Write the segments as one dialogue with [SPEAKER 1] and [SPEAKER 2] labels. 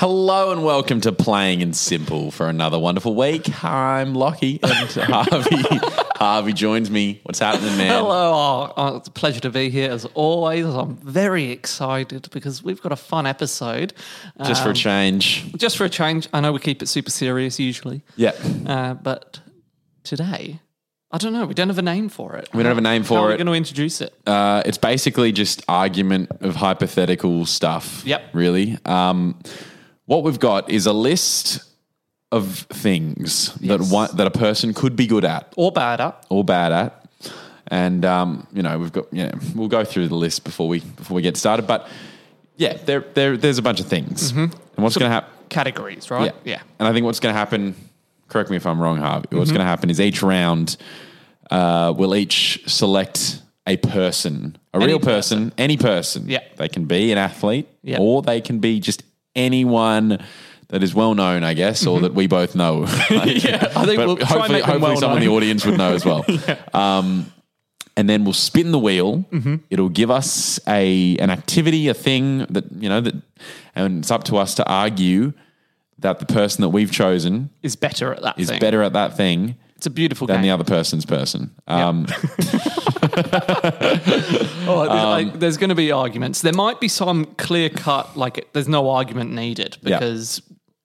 [SPEAKER 1] Hello and welcome to Playing and Simple for another wonderful week. I'm Lockie and Harvey. Harvey joins me. What's happening, man?
[SPEAKER 2] Hello, oh, oh, it's a pleasure to be here as always. I'm very excited because we've got a fun episode. Uh,
[SPEAKER 1] Just for a change.
[SPEAKER 2] Just for a change, I know we keep it super serious usually,
[SPEAKER 1] Yeah.
[SPEAKER 2] uh, but today, I don't know. We don't have a name for it.
[SPEAKER 1] We don't have a name
[SPEAKER 2] How
[SPEAKER 1] for
[SPEAKER 2] are we
[SPEAKER 1] it.
[SPEAKER 2] going to introduce it?
[SPEAKER 1] Uh, it's basically just argument of hypothetical stuff.
[SPEAKER 2] Yep.
[SPEAKER 1] Really. Um, what we've got is a list of things that one, that a person could be good at
[SPEAKER 2] or bad up?
[SPEAKER 1] or bad at. And um, you know, we've got yeah, we'll go through the list before we before we get started. But yeah, there, there there's a bunch of things. And what's gonna happen
[SPEAKER 2] Categories, right?
[SPEAKER 1] And I think what's gonna happen, correct me if I'm wrong, Harvey, what's gonna happen is each round uh, we'll each select a person, a real person, any person.
[SPEAKER 2] Yeah.
[SPEAKER 1] They can be an athlete
[SPEAKER 2] Yeah.
[SPEAKER 1] or they can be just anyone that is well known, I guess, or that we both know.
[SPEAKER 2] Yeah, I think
[SPEAKER 1] But
[SPEAKER 2] we'll try and
[SPEAKER 1] hopefully,
[SPEAKER 2] make them
[SPEAKER 1] hopefully
[SPEAKER 2] well
[SPEAKER 1] someone in the audience would know as well. um, and then we'll spin the wheel.
[SPEAKER 2] Mm-hmm.
[SPEAKER 1] It'll give us a an activity, a thing that you know that, and it's up to us to argue that the person that we've chosen
[SPEAKER 2] Is better at that.
[SPEAKER 1] is
[SPEAKER 2] thing.
[SPEAKER 1] better at that thing
[SPEAKER 2] It's a beautiful
[SPEAKER 1] than
[SPEAKER 2] game.
[SPEAKER 1] the other person's person. Um,
[SPEAKER 2] Oh, there's,
[SPEAKER 1] Um,
[SPEAKER 2] like, there's going to be arguments. There might be some clear cut, like there's no argument needed
[SPEAKER 1] Yeah.
[SPEAKER 2] because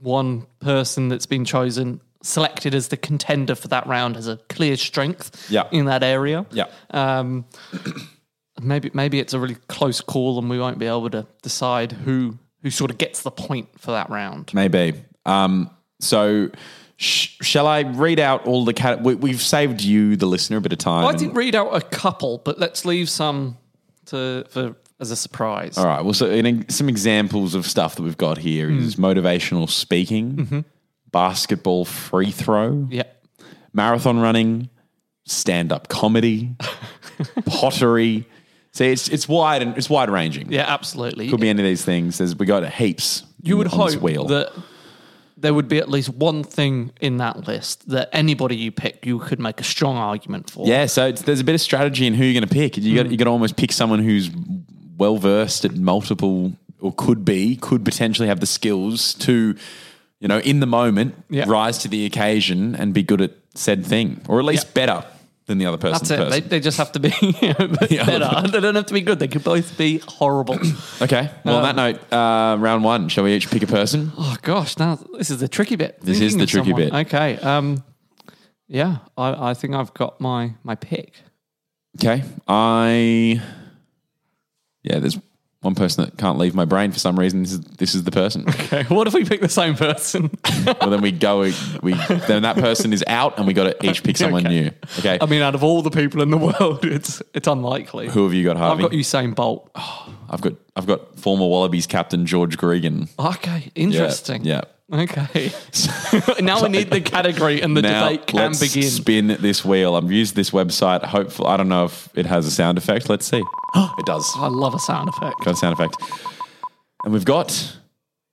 [SPEAKER 2] one person that's been chosen, selected as the contender for that round, has a clear strength
[SPEAKER 1] Yeah.
[SPEAKER 2] in that area.
[SPEAKER 1] yeah,
[SPEAKER 2] Um, maybe maybe it's a really close call and we won't be able to decide who who sort of gets the point for that round.
[SPEAKER 1] maybe. Um, so. Sh- shall I read out all the cat? We- we've saved you, the listener, a bit of time.
[SPEAKER 2] I
[SPEAKER 1] and-
[SPEAKER 2] didn't read out a couple, but let's leave some to for as a surprise.
[SPEAKER 1] All right. Well, so in, some examples of stuff that we've got here
[SPEAKER 2] Hmm.
[SPEAKER 1] is motivational speaking,
[SPEAKER 2] Mm-hmm.
[SPEAKER 1] basketball free throw,
[SPEAKER 2] Yeah.
[SPEAKER 1] marathon running, stand up comedy, pottery. See, it's it's wide and it's wide ranging.
[SPEAKER 2] Yeah, absolutely.
[SPEAKER 1] Could be any of these things. There's, we got heaps.
[SPEAKER 2] you would
[SPEAKER 1] on this
[SPEAKER 2] hope
[SPEAKER 1] wheel.
[SPEAKER 2] that there would be at least one thing in that list that anybody you pick you could make a strong argument for.
[SPEAKER 1] yeah. So it's, there's a bit of strategy in who you're going to pick. You got you got to almost pick someone who's well versed at multiple or could be could potentially have the skills to. You know, in the moment,
[SPEAKER 2] Yeah.
[SPEAKER 1] rise to the occasion and be good at said thing, or at least
[SPEAKER 2] Yeah.
[SPEAKER 1] better than the other person's
[SPEAKER 2] That's it. They,
[SPEAKER 1] person.
[SPEAKER 2] they just have to be you know, better. They don't have to be good. They could both be horrible.
[SPEAKER 1] okay. Well, on that note, uh, round one. Shall we each pick a person?
[SPEAKER 2] oh gosh, now this is the tricky bit.
[SPEAKER 1] This is
[SPEAKER 2] Thinking
[SPEAKER 1] the
[SPEAKER 2] of
[SPEAKER 1] tricky
[SPEAKER 2] someone.
[SPEAKER 1] bit.
[SPEAKER 2] Okay. Um, yeah, I, I think I've got my my pick.
[SPEAKER 1] Okay. I. Yeah, there's one person that can't leave my brain for some reason. This is, this is the person.
[SPEAKER 2] Okay. What if we pick the same person?
[SPEAKER 1] well, then we go. We then that person is out, and we got to each pick someone
[SPEAKER 2] Okay.
[SPEAKER 1] new. Okay.
[SPEAKER 2] I mean, out of all the people in the world, it's it's unlikely.
[SPEAKER 1] Who have you got,
[SPEAKER 2] I've
[SPEAKER 1] Harvey?
[SPEAKER 2] got Usain Bolt.
[SPEAKER 1] I've got I've got former Wallabies captain George Gregan.
[SPEAKER 2] Okay,
[SPEAKER 1] Yeah,
[SPEAKER 2] interesting.
[SPEAKER 1] Yeah.
[SPEAKER 2] Okay. now we need the category and the
[SPEAKER 1] Now
[SPEAKER 2] debate can
[SPEAKER 1] let's
[SPEAKER 2] begin.
[SPEAKER 1] spin this wheel. I've used this website. Hopefully, I don't know if it has a sound effect. Let's see. it does.
[SPEAKER 2] I love a sound effect.
[SPEAKER 1] Got a sound effect. And we've got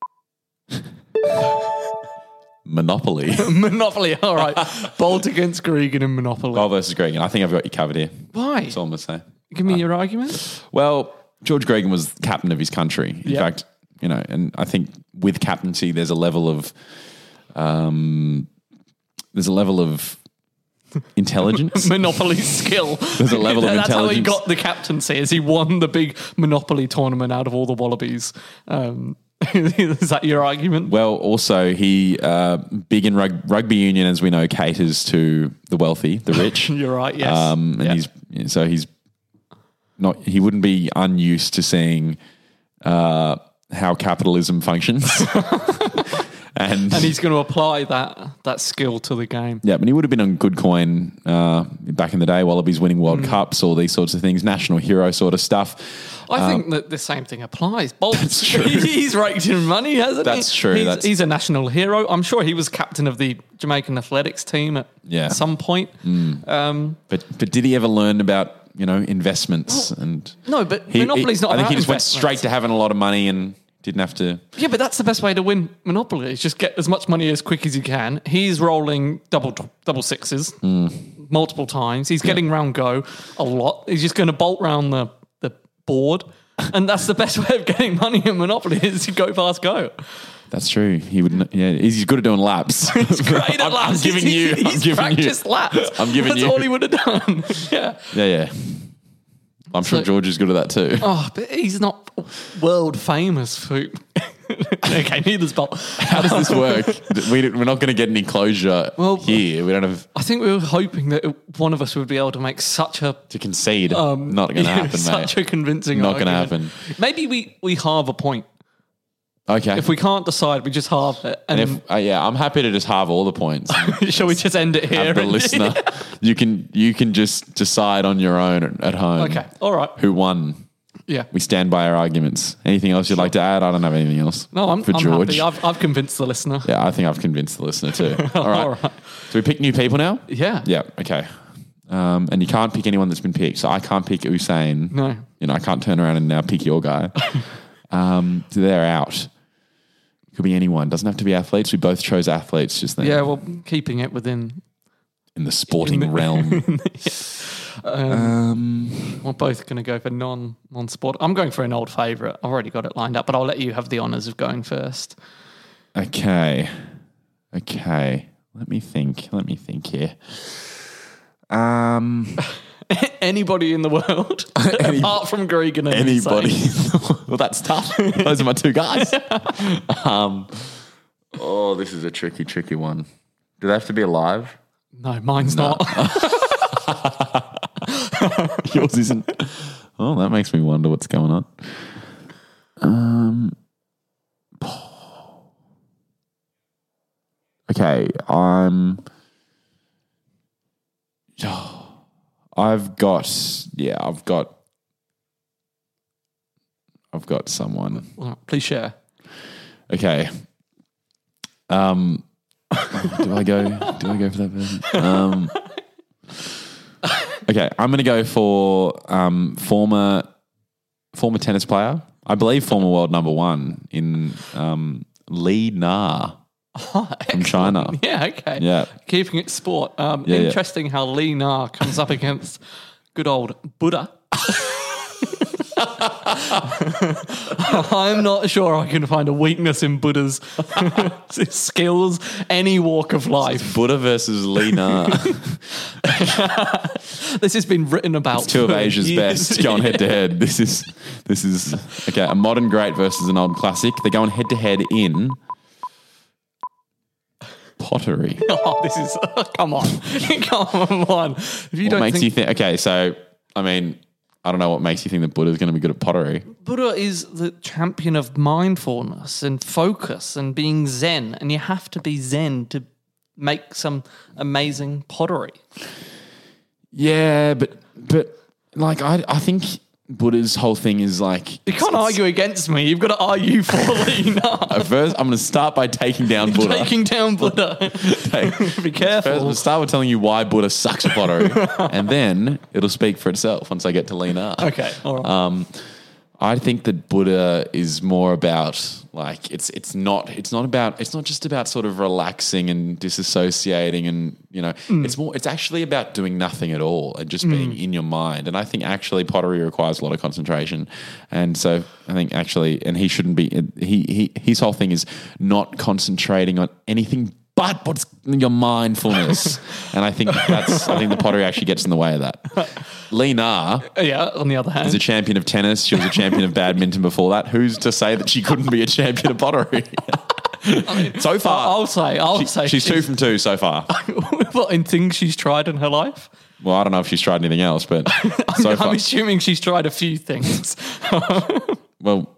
[SPEAKER 1] Monopoly.
[SPEAKER 2] Monopoly. All right. Bolt against Gregan and Monopoly.
[SPEAKER 1] Bob versus Gregan. I think I've got you covered here.
[SPEAKER 2] Why?
[SPEAKER 1] That's Oh, all I'm gonna say.
[SPEAKER 2] Give me your argument.
[SPEAKER 1] Well, George Gregan was captain of his country. In
[SPEAKER 2] Yep.
[SPEAKER 1] fact, you know, and I think with captaincy, there's a level of, um, there's a level of intelligence.
[SPEAKER 2] Monopoly skill.
[SPEAKER 1] There's a level of
[SPEAKER 2] That's how he
[SPEAKER 1] intelligence.
[SPEAKER 2] got the captaincy. Is he won the big Monopoly tournament out of all the Wallabies? Um, is that your argument?
[SPEAKER 1] well, also he uh, big in rug- rugby union, as we know, caters to the wealthy, the rich.
[SPEAKER 2] You're right. Yes.
[SPEAKER 1] Um, and
[SPEAKER 2] Yeah.
[SPEAKER 1] he's so he's not. He wouldn't be unused to seeing uh, how capitalism functions. and,
[SPEAKER 2] and he's going to apply that that skill to the game.
[SPEAKER 1] yeah, but he would have been on good coin uh, back in the day, Wallabies winning World
[SPEAKER 2] Mm.
[SPEAKER 1] Cups, all these sorts of things, national hero sort of stuff.
[SPEAKER 2] I think that the same thing applies. Bolt,
[SPEAKER 1] Um, That's true.
[SPEAKER 2] he's raked in money, hasn't he?
[SPEAKER 1] That's true,
[SPEAKER 2] He's,
[SPEAKER 1] that's-
[SPEAKER 2] he's a national hero. I'm sure he was captain of the Jamaican athletics team at
[SPEAKER 1] Yeah. Hmm.
[SPEAKER 2] some point. Um,
[SPEAKER 1] But but did he ever learn about you know investments and
[SPEAKER 2] no, but Monopoly's not
[SPEAKER 1] I think
[SPEAKER 2] about
[SPEAKER 1] he just went
[SPEAKER 2] investments.
[SPEAKER 1] straight to having a lot of money and didn't have to.
[SPEAKER 2] yeah, but that's the best way to win Monopoly is just get as much money as quick as you can. He's rolling double double sixes
[SPEAKER 1] Hmm.
[SPEAKER 2] multiple times. He's getting round go a lot. He's just going to bolt round the, the board. And that's the best way of getting money in Monopoly is to go fast go.
[SPEAKER 1] That's true. He would. kn- Yeah, he's he's good at doing laps.
[SPEAKER 2] He's great at
[SPEAKER 1] I'm,
[SPEAKER 2] laps.
[SPEAKER 1] I'm giving
[SPEAKER 2] He's-
[SPEAKER 1] you.
[SPEAKER 2] He's
[SPEAKER 1] I'm giving you.
[SPEAKER 2] practiced laps.
[SPEAKER 1] I'm giving
[SPEAKER 2] That's
[SPEAKER 1] you-
[SPEAKER 2] all he would have done. yeah.
[SPEAKER 1] Yeah, yeah. I'm sure
[SPEAKER 2] So-
[SPEAKER 1] George is good at that too.
[SPEAKER 2] Oh, but he's not world famous for. okay, neither's but
[SPEAKER 1] How does this work? we, don't- we're not going to get any closure
[SPEAKER 2] Well-
[SPEAKER 1] here. We don't have
[SPEAKER 2] I think we were hoping that one of us would be able to make such a
[SPEAKER 1] to concede. not going to
[SPEAKER 2] um, yeah,
[SPEAKER 1] happen,
[SPEAKER 2] such
[SPEAKER 1] mate.
[SPEAKER 2] a convincing.
[SPEAKER 1] Not gonna
[SPEAKER 2] argument. Maybe we we halve a point.
[SPEAKER 1] okay.
[SPEAKER 2] If we can't decide, we just halve it. And,
[SPEAKER 1] If- uh, yeah, I'm happy to just halve all the points. and
[SPEAKER 2] shall we just end it here?
[SPEAKER 1] Have the
[SPEAKER 2] and-
[SPEAKER 1] listener, you can you can just decide on your own at- at home.
[SPEAKER 2] okay. All right.
[SPEAKER 1] Who won?
[SPEAKER 2] Yeah.
[SPEAKER 1] We stand by our arguments. Anything else you'd like to add? I don't have anything else.
[SPEAKER 2] No, I'm,
[SPEAKER 1] for
[SPEAKER 2] I'm
[SPEAKER 1] George.
[SPEAKER 2] happy. I've, I've convinced the listener.
[SPEAKER 1] Yeah, I think I've convinced the listener too. All right.
[SPEAKER 2] All right.
[SPEAKER 1] Do we pick new people now?
[SPEAKER 2] Yeah.
[SPEAKER 1] Yeah. Okay. Um, and you can't pick anyone that's been picked. So I can't pick Usain.
[SPEAKER 2] No.
[SPEAKER 1] You know, I can't turn around and now pick your guy. um, so they're out. Could be anyone. Doesn't have to be athletes. We both chose athletes just then.
[SPEAKER 2] Yeah, well, keeping it within.
[SPEAKER 1] In the sporting realm. um,
[SPEAKER 2] We're both going to go for non non sport. I'm going for an old favourite. I've already got it lined up, but I'll let you have the honours of going first.
[SPEAKER 1] okay. Okay. Let me think. Let me think here. Um,
[SPEAKER 2] Anybody in the world, apart from Gregan and
[SPEAKER 1] anybody.
[SPEAKER 2] Usain.
[SPEAKER 1] well, that's tough. Those are my two guys. um, oh, this is a tricky, tricky one. Do they have to be alive?
[SPEAKER 2] No, mine's not.
[SPEAKER 1] Yours isn't. Oh, that makes me wonder what's going on. Um, okay, I'm. I've got yeah, I've got. I've got someone.
[SPEAKER 2] All right, Please share.
[SPEAKER 1] Okay. Um, do I go? Do I go for that person? Um, okay, I'm going to go for um, former former tennis player. I believe former world number one in um, Li Na from China.
[SPEAKER 2] Yeah, okay.
[SPEAKER 1] Yeah.
[SPEAKER 2] Keeping it sport. Um,
[SPEAKER 1] yeah.
[SPEAKER 2] interesting how Lee Na comes up against good old Buddha. I'm not sure I can find a weakness in Buddha's skills, any walk of life.
[SPEAKER 1] Buddha versus Li Na,
[SPEAKER 2] This has been written about.
[SPEAKER 1] two of
[SPEAKER 2] for
[SPEAKER 1] Asia's
[SPEAKER 2] years.
[SPEAKER 1] best, going head to head. This is this is okay. A modern great versus an old classic. They're going head to head in pottery.
[SPEAKER 2] Oh, this is come on, come on. If you
[SPEAKER 1] What
[SPEAKER 2] don't
[SPEAKER 1] makes
[SPEAKER 2] think
[SPEAKER 1] you think? Okay, so I mean, I don't know what makes you think that Buddha's going to be good at pottery.
[SPEAKER 2] Buddha is the champion of mindfulness and focus and being Zen, and you have to be Zen to make some amazing pottery.
[SPEAKER 1] Yeah, but but like I I think Buddha's whole thing is like
[SPEAKER 2] You can't argue against me. You've got to argue for Lena.
[SPEAKER 1] at first I'm going to start by taking down Buddha.
[SPEAKER 2] Taking down Buddha. Be
[SPEAKER 1] First,
[SPEAKER 2] careful.
[SPEAKER 1] we'll start with telling you why Buddha sucks at pottery, and then it'll speak for itself once I get to lean up.
[SPEAKER 2] Okay, all right.
[SPEAKER 1] Um, I think that Buddha is more about like it's it's not it's not about it's not just about sort of relaxing and disassociating and you know it's more it's actually about doing nothing at all and just being in your mind and I think actually pottery requires a lot of concentration and so I think actually and he shouldn't be he he his whole thing is not concentrating on anything but what's in your mindfulness and I think that's I think the pottery actually gets in the way of that. Lena
[SPEAKER 2] yeah, on the other
[SPEAKER 1] was a
[SPEAKER 2] hand.
[SPEAKER 1] champion of tennis. She was a champion of badminton before that. Who's to say that she couldn't be a champion of pottery? so far,
[SPEAKER 2] I'll say, I'll say.
[SPEAKER 1] she's two from two so far.
[SPEAKER 2] what, in things she's tried in her life?
[SPEAKER 1] Well, I don't know if she's tried anything else, but so
[SPEAKER 2] I'm
[SPEAKER 1] far,
[SPEAKER 2] assuming she's tried a few things.
[SPEAKER 1] well,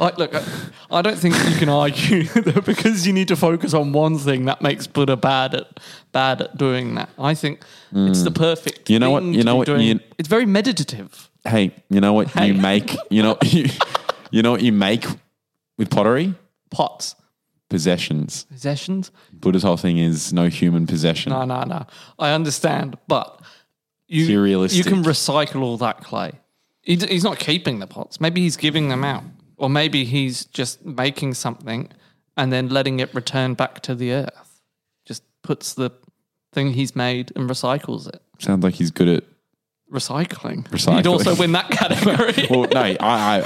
[SPEAKER 2] Like, look, I, I don't think you can argue that because you need to focus on one thing that makes Buddha bad at bad at doing that. I think it's the perfect.
[SPEAKER 1] Hmm. You know what-
[SPEAKER 2] thing
[SPEAKER 1] you
[SPEAKER 2] to
[SPEAKER 1] know
[SPEAKER 2] be
[SPEAKER 1] what,
[SPEAKER 2] doing.
[SPEAKER 1] you-
[SPEAKER 2] it's very meditative.
[SPEAKER 1] hey, you know what
[SPEAKER 2] Hey.
[SPEAKER 1] you make? You know, you, you know what you make with pottery?
[SPEAKER 2] Pots,
[SPEAKER 1] Possessions.
[SPEAKER 2] possessions.
[SPEAKER 1] Buddha's whole thing is no human possession.
[SPEAKER 2] No, no, no. I understand, but you
[SPEAKER 1] Materialistic.
[SPEAKER 2] you can recycle all that clay. He, d- he's not keeping the pots. Maybe he's giving them out, or maybe he's just making something and then letting it return back to the earth. Just puts the thing he's made and recycles it.
[SPEAKER 1] Sounds like he's good at
[SPEAKER 2] Recycling.
[SPEAKER 1] Recycling.
[SPEAKER 2] You'd also win that category.
[SPEAKER 1] Well, no, I, I,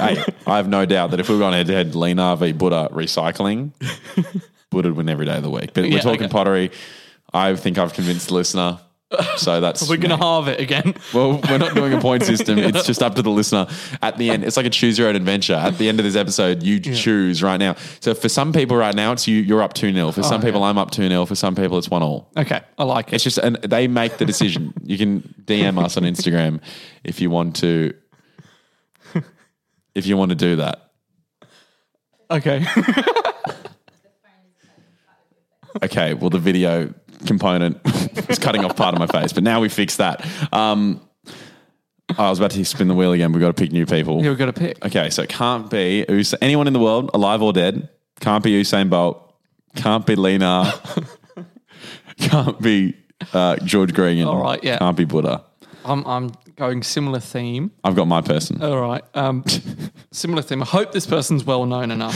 [SPEAKER 1] I, I have no doubt that if we were going head to head, Lena v Buddha recycling, Buddha would win every day of the week. But we're
[SPEAKER 2] Yeah,
[SPEAKER 1] talking
[SPEAKER 2] okay.
[SPEAKER 1] pottery. I think I've convinced the listener. So that's
[SPEAKER 2] We're going
[SPEAKER 1] me.
[SPEAKER 2] to halve it again.
[SPEAKER 1] Well, we're not doing a point system. It's just up to the listener. At the end, it's like a choose your own adventure. At the end of this episode, you choose right now. So for some people right now, it's you. You're up two 0 For
[SPEAKER 2] Oh,
[SPEAKER 1] some people, I'm up two 0 For some people, it's one all.
[SPEAKER 2] Okay, I like
[SPEAKER 1] It's
[SPEAKER 2] it.
[SPEAKER 1] just and they make the decision. You can DM us on Instagram if you want to. If you want to do that,
[SPEAKER 2] Okay.
[SPEAKER 1] okay. Well, the video component is cutting off part of my face, but now we fixed that. Um, oh, I was about to spin the wheel again. We've got to pick new people.
[SPEAKER 2] You've got to pick.
[SPEAKER 1] Okay, so it can't be Us- anyone in the world, alive or dead. Can't be Usain Bolt. Can't be Lena. can't be uh, George Gregan.
[SPEAKER 2] All right, yeah.
[SPEAKER 1] Can't be Buddha.
[SPEAKER 2] I'm, I'm going similar theme.
[SPEAKER 1] I've got my person.
[SPEAKER 2] All right. Um, similar theme. I hope this person's well known enough.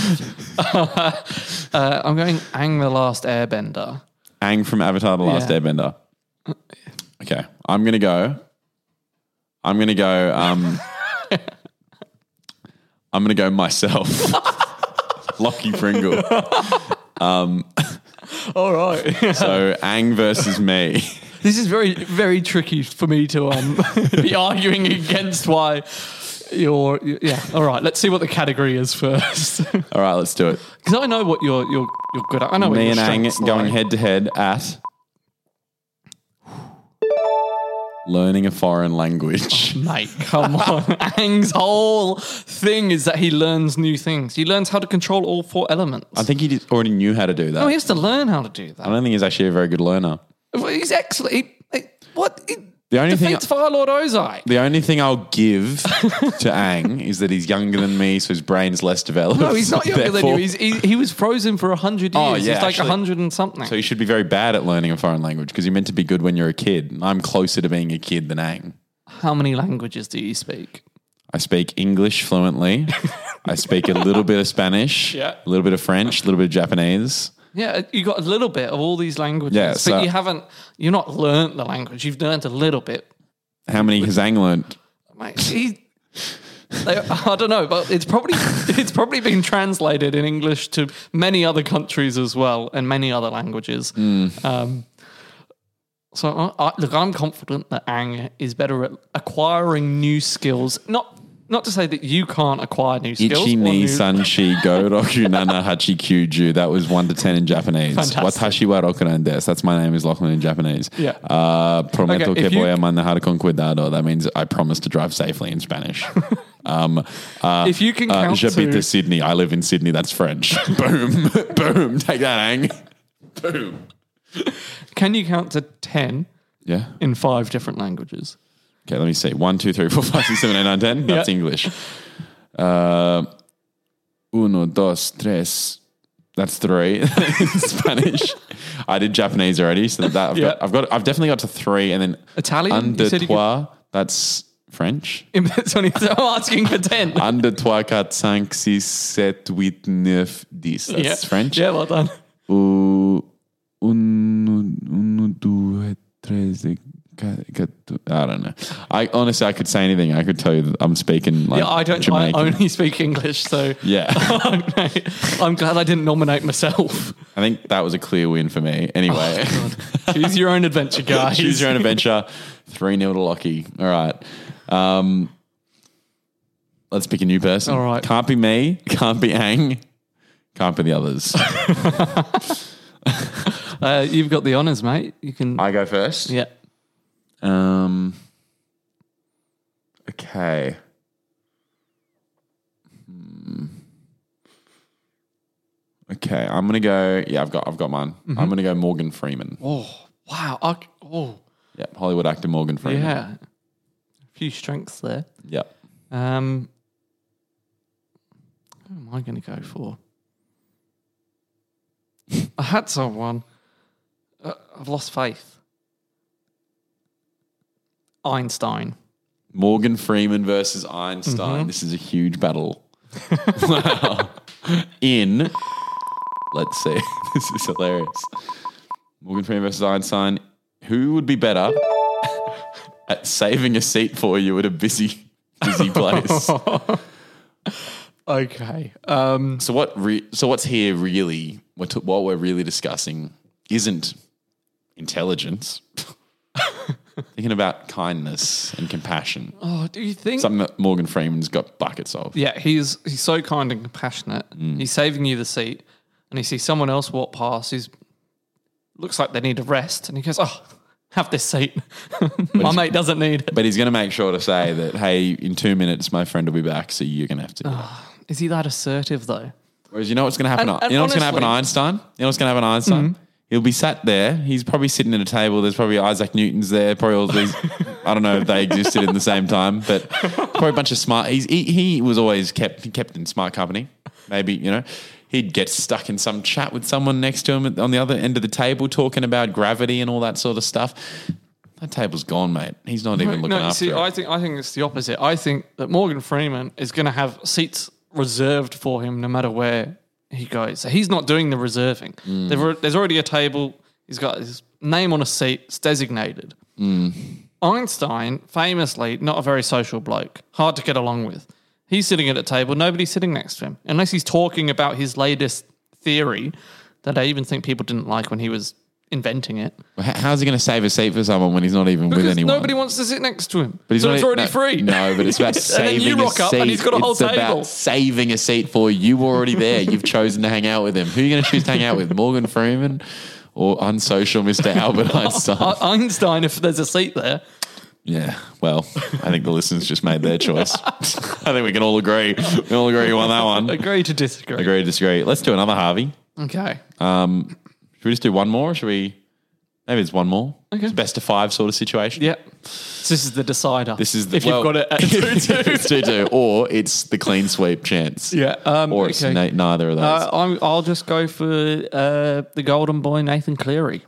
[SPEAKER 2] uh, I'm going Ang the Last Airbender.
[SPEAKER 1] Ang from Avatar: The Last
[SPEAKER 2] Yeah.
[SPEAKER 1] Airbender. Okay, I'm gonna go. I'm gonna go. Um, I'm gonna go myself. Lockie Pringle.
[SPEAKER 2] All right.
[SPEAKER 1] So Ang versus me.
[SPEAKER 2] This is very, very tricky for me to um, be arguing against why you're. Yeah. All right. Let's see what the category is first. Because
[SPEAKER 1] All right, let's do it.
[SPEAKER 2] I know what you're, you're, you're good at. I know what
[SPEAKER 1] Me
[SPEAKER 2] your
[SPEAKER 1] and Ang
[SPEAKER 2] strengths
[SPEAKER 1] going
[SPEAKER 2] lie.
[SPEAKER 1] head to head at learning a foreign language.
[SPEAKER 2] Mate, come on. Ang's whole thing is that he learns new things. He learns how to control all four elements.
[SPEAKER 1] I think he did- already knew how to do that.
[SPEAKER 2] Oh, he has to learn how to do
[SPEAKER 1] I
[SPEAKER 2] that.
[SPEAKER 1] don't think he's actually a very good learner.
[SPEAKER 2] Well, He's excellent. He, he- what? He
[SPEAKER 1] The only thing-
[SPEAKER 2] defeats Firelord Ozai.
[SPEAKER 1] The only thing I'll give to Ang is that he's younger than me, so his brain's less developed.
[SPEAKER 2] No, he's not younger than you.
[SPEAKER 1] Therefore-
[SPEAKER 2] He's, he, he was frozen for 100 years.
[SPEAKER 1] Oh, yeah,
[SPEAKER 2] He's like
[SPEAKER 1] actually.
[SPEAKER 2] 100 and something.
[SPEAKER 1] so you should be very bad at learning a foreign language because you're meant to be good when you're a kid. And I'm closer to being a kid than Ang.
[SPEAKER 2] how many languages do you speak?
[SPEAKER 1] I speak English fluently. I speak a little bit of Spanish,
[SPEAKER 2] Yeah.
[SPEAKER 1] a little bit of French, a little bit of Japanese.
[SPEAKER 2] Yeah, you got a little bit of all these languages,
[SPEAKER 1] Yeah,
[SPEAKER 2] but
[SPEAKER 1] so-
[SPEAKER 2] you haven't. You're not learnt the language. You've learnt a little bit.
[SPEAKER 1] How many has Ang learned?
[SPEAKER 2] Mate, he, they, I don't know, but it's probably it's probably been translated in English to many other countries as well and many other languages.
[SPEAKER 1] Hmm.
[SPEAKER 2] Um, so I, I, look, I'm confident that Ang is better at acquiring new skills. Not not to say that you can't acquire new skills.
[SPEAKER 1] Ichi
[SPEAKER 2] or
[SPEAKER 1] ni
[SPEAKER 2] new-
[SPEAKER 1] san shi go roku nana hachi kyuju. That was one to ten in Japanese.
[SPEAKER 2] Fantastic.
[SPEAKER 1] Watashi wa rokunan desu. That's my name is Lachlan in Japanese.
[SPEAKER 2] Yeah.
[SPEAKER 1] Uh, prometo
[SPEAKER 2] Okay,
[SPEAKER 1] que
[SPEAKER 2] if you-
[SPEAKER 1] voy a manejar con cuidado. That means I promise to drive safely in Spanish. um, uh,
[SPEAKER 2] If you can
[SPEAKER 1] uh,
[SPEAKER 2] count
[SPEAKER 1] j'habite
[SPEAKER 2] to-
[SPEAKER 1] à Sydney. I live in Sydney. That's French. Boom. Boom. Take that, Ang. Boom.
[SPEAKER 2] Can you count to ten
[SPEAKER 1] Yeah.
[SPEAKER 2] in five different languages?
[SPEAKER 1] Okay, let me see. One, two, three, four, five, six, seven, eight, nine, ten. That's
[SPEAKER 2] Yeah.
[SPEAKER 1] English. Uh, uno, dos, tres. That's three in Spanish. I did Japanese already, so that I've,
[SPEAKER 2] Yeah.
[SPEAKER 1] got, I've got. I've definitely got to three, and then
[SPEAKER 2] Italian? You
[SPEAKER 1] Under
[SPEAKER 2] said you
[SPEAKER 1] trois. That's French.
[SPEAKER 2] It's only- so I'm asking for ten.
[SPEAKER 1] Under trois, quatre, cinq, six, sept, huit, neuf, dix. That's
[SPEAKER 2] yeah.
[SPEAKER 1] French.
[SPEAKER 2] Yeah, well done.
[SPEAKER 1] U- uno, uno, due, tres, ca- ca- I don't know. I honestly, I could say anything. I could tell you that I'm speaking like
[SPEAKER 2] Yeah, I don't.
[SPEAKER 1] Jamaican.
[SPEAKER 2] I only speak English, so
[SPEAKER 1] yeah,
[SPEAKER 2] Okay. I'm glad I didn't nominate myself.
[SPEAKER 1] I think that was a clear win for me. Anyway,
[SPEAKER 2] Oh, Choose your own adventure, guys.
[SPEAKER 1] choose your own adventure. Three 0 to Lockie. All right. Um, let's pick a new person.
[SPEAKER 2] All right.
[SPEAKER 1] Can't be me. Can't be Ang. Can't be the others.
[SPEAKER 2] Uh, you've got the honors, mate. You can.
[SPEAKER 1] I go first.
[SPEAKER 2] yeah.
[SPEAKER 1] Um. Okay. Hmm. Okay, I'm gonna go. Yeah, I've got, I've got mine. I'm gonna go Morgan Freeman.
[SPEAKER 2] Oh wow. I, oh
[SPEAKER 1] Yeah, Hollywood actor Morgan Freeman.
[SPEAKER 2] yeah. A few strengths there.
[SPEAKER 1] Yep.
[SPEAKER 2] Um, who am I going to go for? I had someone. Uh, I've lost faith. Einstein.
[SPEAKER 1] Morgan Freeman versus Einstein. This is a huge battle. In, let's see. This is hilarious. Morgan Freeman versus Einstein. Who would be better at saving a seat for you at a busy, busy place.
[SPEAKER 2] Okay. Um,
[SPEAKER 1] so what? Re- so what's here really? What, t- what we're really discussing isn't intelligence. Thinking about kindness and compassion,
[SPEAKER 2] oh, do you think?
[SPEAKER 1] something that Morgan Freeman's got buckets of.
[SPEAKER 2] yeah, he's he's so kind and compassionate. He's saving you the seat, and he sees someone else walk past. Who's looks like they need a rest, and he goes, "Oh, have this seat. My mate doesn't need it."
[SPEAKER 1] But he's going to make sure to say that, hey, in two minutes, my friend will be back, so you're going to have to. do it."
[SPEAKER 2] Is he that assertive though?
[SPEAKER 1] Whereas you know what's going to happen?
[SPEAKER 2] And- and
[SPEAKER 1] you know what's going to happen, to
[SPEAKER 2] honestly-
[SPEAKER 1] Einstein. You know what's going to happen, to Einstein. He'll be sat there. He's probably sitting at a table. There's probably Isaac Newton's there. Probably all these. I don't know if they existed in the same time, but probably a bunch of smart. He's, he he was always kept kept in smart company. Maybe you know. He'd get stuck in some chat with someone next to him at- on the other end of the table, talking about gravity and all that sort of stuff. That table's gone, mate. He's not even looking
[SPEAKER 2] no,
[SPEAKER 1] after
[SPEAKER 2] see,
[SPEAKER 1] it.
[SPEAKER 2] I think I think it's the opposite. I think that Morgan Freeman is going to have seats reserved for him no matter where he goes. So he's not doing the reserving.
[SPEAKER 1] Mm.
[SPEAKER 2] They've al- there's already a table. He's got his name on a seat. It's designated.
[SPEAKER 1] Mm.
[SPEAKER 2] Einstein, famously not a very social bloke, hard to get along with. He's sitting at a table. Nobody's sitting next to him unless he's talking about his latest theory that I even think people didn't like when he was inventing it.
[SPEAKER 1] H- How's he going to save a seat for someone when he's not even with
[SPEAKER 2] Because
[SPEAKER 1] anyone?
[SPEAKER 2] nobody wants to sit next to him.
[SPEAKER 1] But he's
[SPEAKER 2] so
[SPEAKER 1] not-
[SPEAKER 2] it's already
[SPEAKER 1] no,
[SPEAKER 2] free.
[SPEAKER 1] No, but it's about saving
[SPEAKER 2] and then you
[SPEAKER 1] a
[SPEAKER 2] rock up
[SPEAKER 1] seat.
[SPEAKER 2] and he's got a whole
[SPEAKER 1] it's
[SPEAKER 2] table.
[SPEAKER 1] about saving a seat for you. Were already there. You've chosen to hang out with him. Who are you going to choose to hang out with? Morgan Freeman or unsocial Mr. Albert Einstein?
[SPEAKER 2] Uh, Einstein, if there's a seat there,
[SPEAKER 1] yeah. Well, I think the listeners just made their choice. I think we can all agree. We can all agree on that one.
[SPEAKER 2] agree to disagree.
[SPEAKER 1] Agree, to disagree. Let's do another Harvey.
[SPEAKER 2] Okay.
[SPEAKER 1] Should we just do one more? Or should we? Maybe it's one more.
[SPEAKER 2] Okay.
[SPEAKER 1] It's a best of five sort of situation.
[SPEAKER 2] yeah. So this is the decider.
[SPEAKER 1] This is the,
[SPEAKER 2] if you've got it uh, at two
[SPEAKER 1] it's
[SPEAKER 2] two.
[SPEAKER 1] two two, or it's the clean sweep chance.
[SPEAKER 2] yeah. Um,
[SPEAKER 1] or it's
[SPEAKER 2] okay.
[SPEAKER 1] na- neither of those.
[SPEAKER 2] Uh, I'm, I'll just go for uh, the golden boy, Nathan Cleary.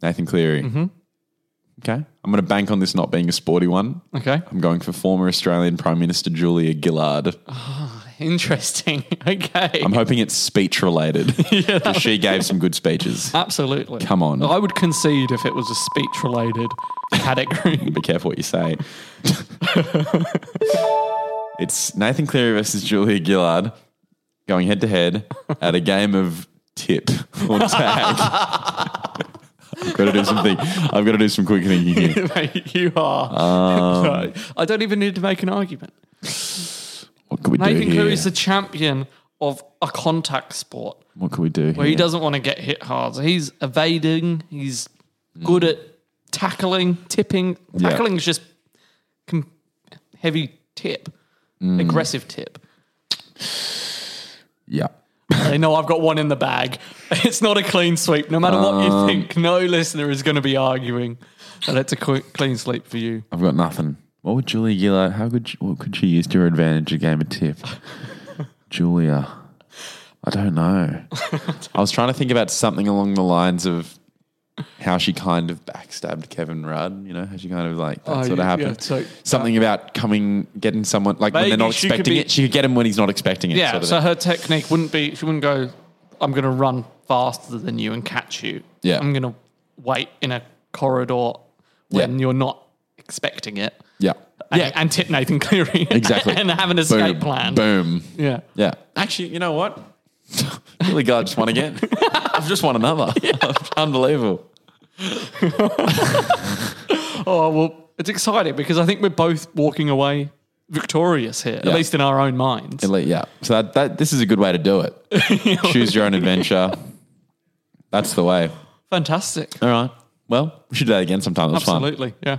[SPEAKER 1] Nathan Cleary.
[SPEAKER 2] mm-hmm.
[SPEAKER 1] Okay, I'm going to bank on this not being a sporty one.
[SPEAKER 2] Okay.
[SPEAKER 1] I'm going for former Australian Prime Minister Julia Gillard.
[SPEAKER 2] Interesting. Okay.
[SPEAKER 1] I'm hoping it's speech related because she gave some good speeches.
[SPEAKER 2] Absolutely.
[SPEAKER 1] Come on.
[SPEAKER 2] I would concede if it was a speech related category.
[SPEAKER 1] Be careful what you say. it's Nathan Cleary versus Julia Gillard going head to head at a game of tip or tag. I've got to do something. I've got to do some quick thinking here.
[SPEAKER 2] Mate, you are.
[SPEAKER 1] Um,
[SPEAKER 2] Right. I don't even need to make an argument.
[SPEAKER 1] What could we do
[SPEAKER 2] Nathan
[SPEAKER 1] here?
[SPEAKER 2] Cleary's the champion of a contact sport
[SPEAKER 1] what could we do?
[SPEAKER 2] where he
[SPEAKER 1] here?
[SPEAKER 2] doesn't want to get hit hard. So he's evading, he's good at tackling, tipping.
[SPEAKER 1] Yeah.
[SPEAKER 2] Tackling is just com- heavy tip, aggressive tip.
[SPEAKER 1] Yeah.
[SPEAKER 2] I know I've got one in the bag. It's not a clean sweep. No matter what
[SPEAKER 1] Um.
[SPEAKER 2] you think, no listener is going to be arguing that it's a qu- clean sweep for you.
[SPEAKER 1] I've got nothing. What would Julia Gillard? How could she, what could she use to her advantage a game of tip? Julia, I don't know. I was trying to think about something along the lines of how she kind of backstabbed Kevin Rudd. You know how she kind of like that
[SPEAKER 2] Oh,
[SPEAKER 1] sort of
[SPEAKER 2] yeah,
[SPEAKER 1] happened.
[SPEAKER 2] yeah, so-
[SPEAKER 1] something about coming, getting someone like when they're
[SPEAKER 2] Maybe
[SPEAKER 1] not
[SPEAKER 2] she could
[SPEAKER 1] expecting
[SPEAKER 2] be-
[SPEAKER 1] it. She could get him when he's not expecting it.
[SPEAKER 2] Yeah,
[SPEAKER 1] sort of
[SPEAKER 2] so
[SPEAKER 1] thing.
[SPEAKER 2] her technique wouldn't be, she wouldn't go, I'm going to run faster than you and catch you.
[SPEAKER 1] Yeah.
[SPEAKER 2] I'm going to wait in a corridor when
[SPEAKER 1] Yeah.
[SPEAKER 2] you're not expecting it.
[SPEAKER 1] yeah,
[SPEAKER 2] And, yeah. And tip Nathan Cleary.
[SPEAKER 1] Exactly.
[SPEAKER 2] and have an escape
[SPEAKER 1] boom,
[SPEAKER 2] plan.
[SPEAKER 1] boom.
[SPEAKER 2] Yeah.
[SPEAKER 1] Yeah. Actually, you know what? Billy God just won again. I've just won another. Unbelievable.
[SPEAKER 2] Oh, well, it's exciting because I think we're both walking away victorious here,
[SPEAKER 1] Yeah.
[SPEAKER 2] at least in our own minds.
[SPEAKER 1] Elite, yeah. So that, that this is a good way to do it. Choose your own adventure. That's the way.
[SPEAKER 2] Fantastic.
[SPEAKER 1] All right. Well, we should do that again sometime. That's fun.
[SPEAKER 2] Absolutely. Yeah.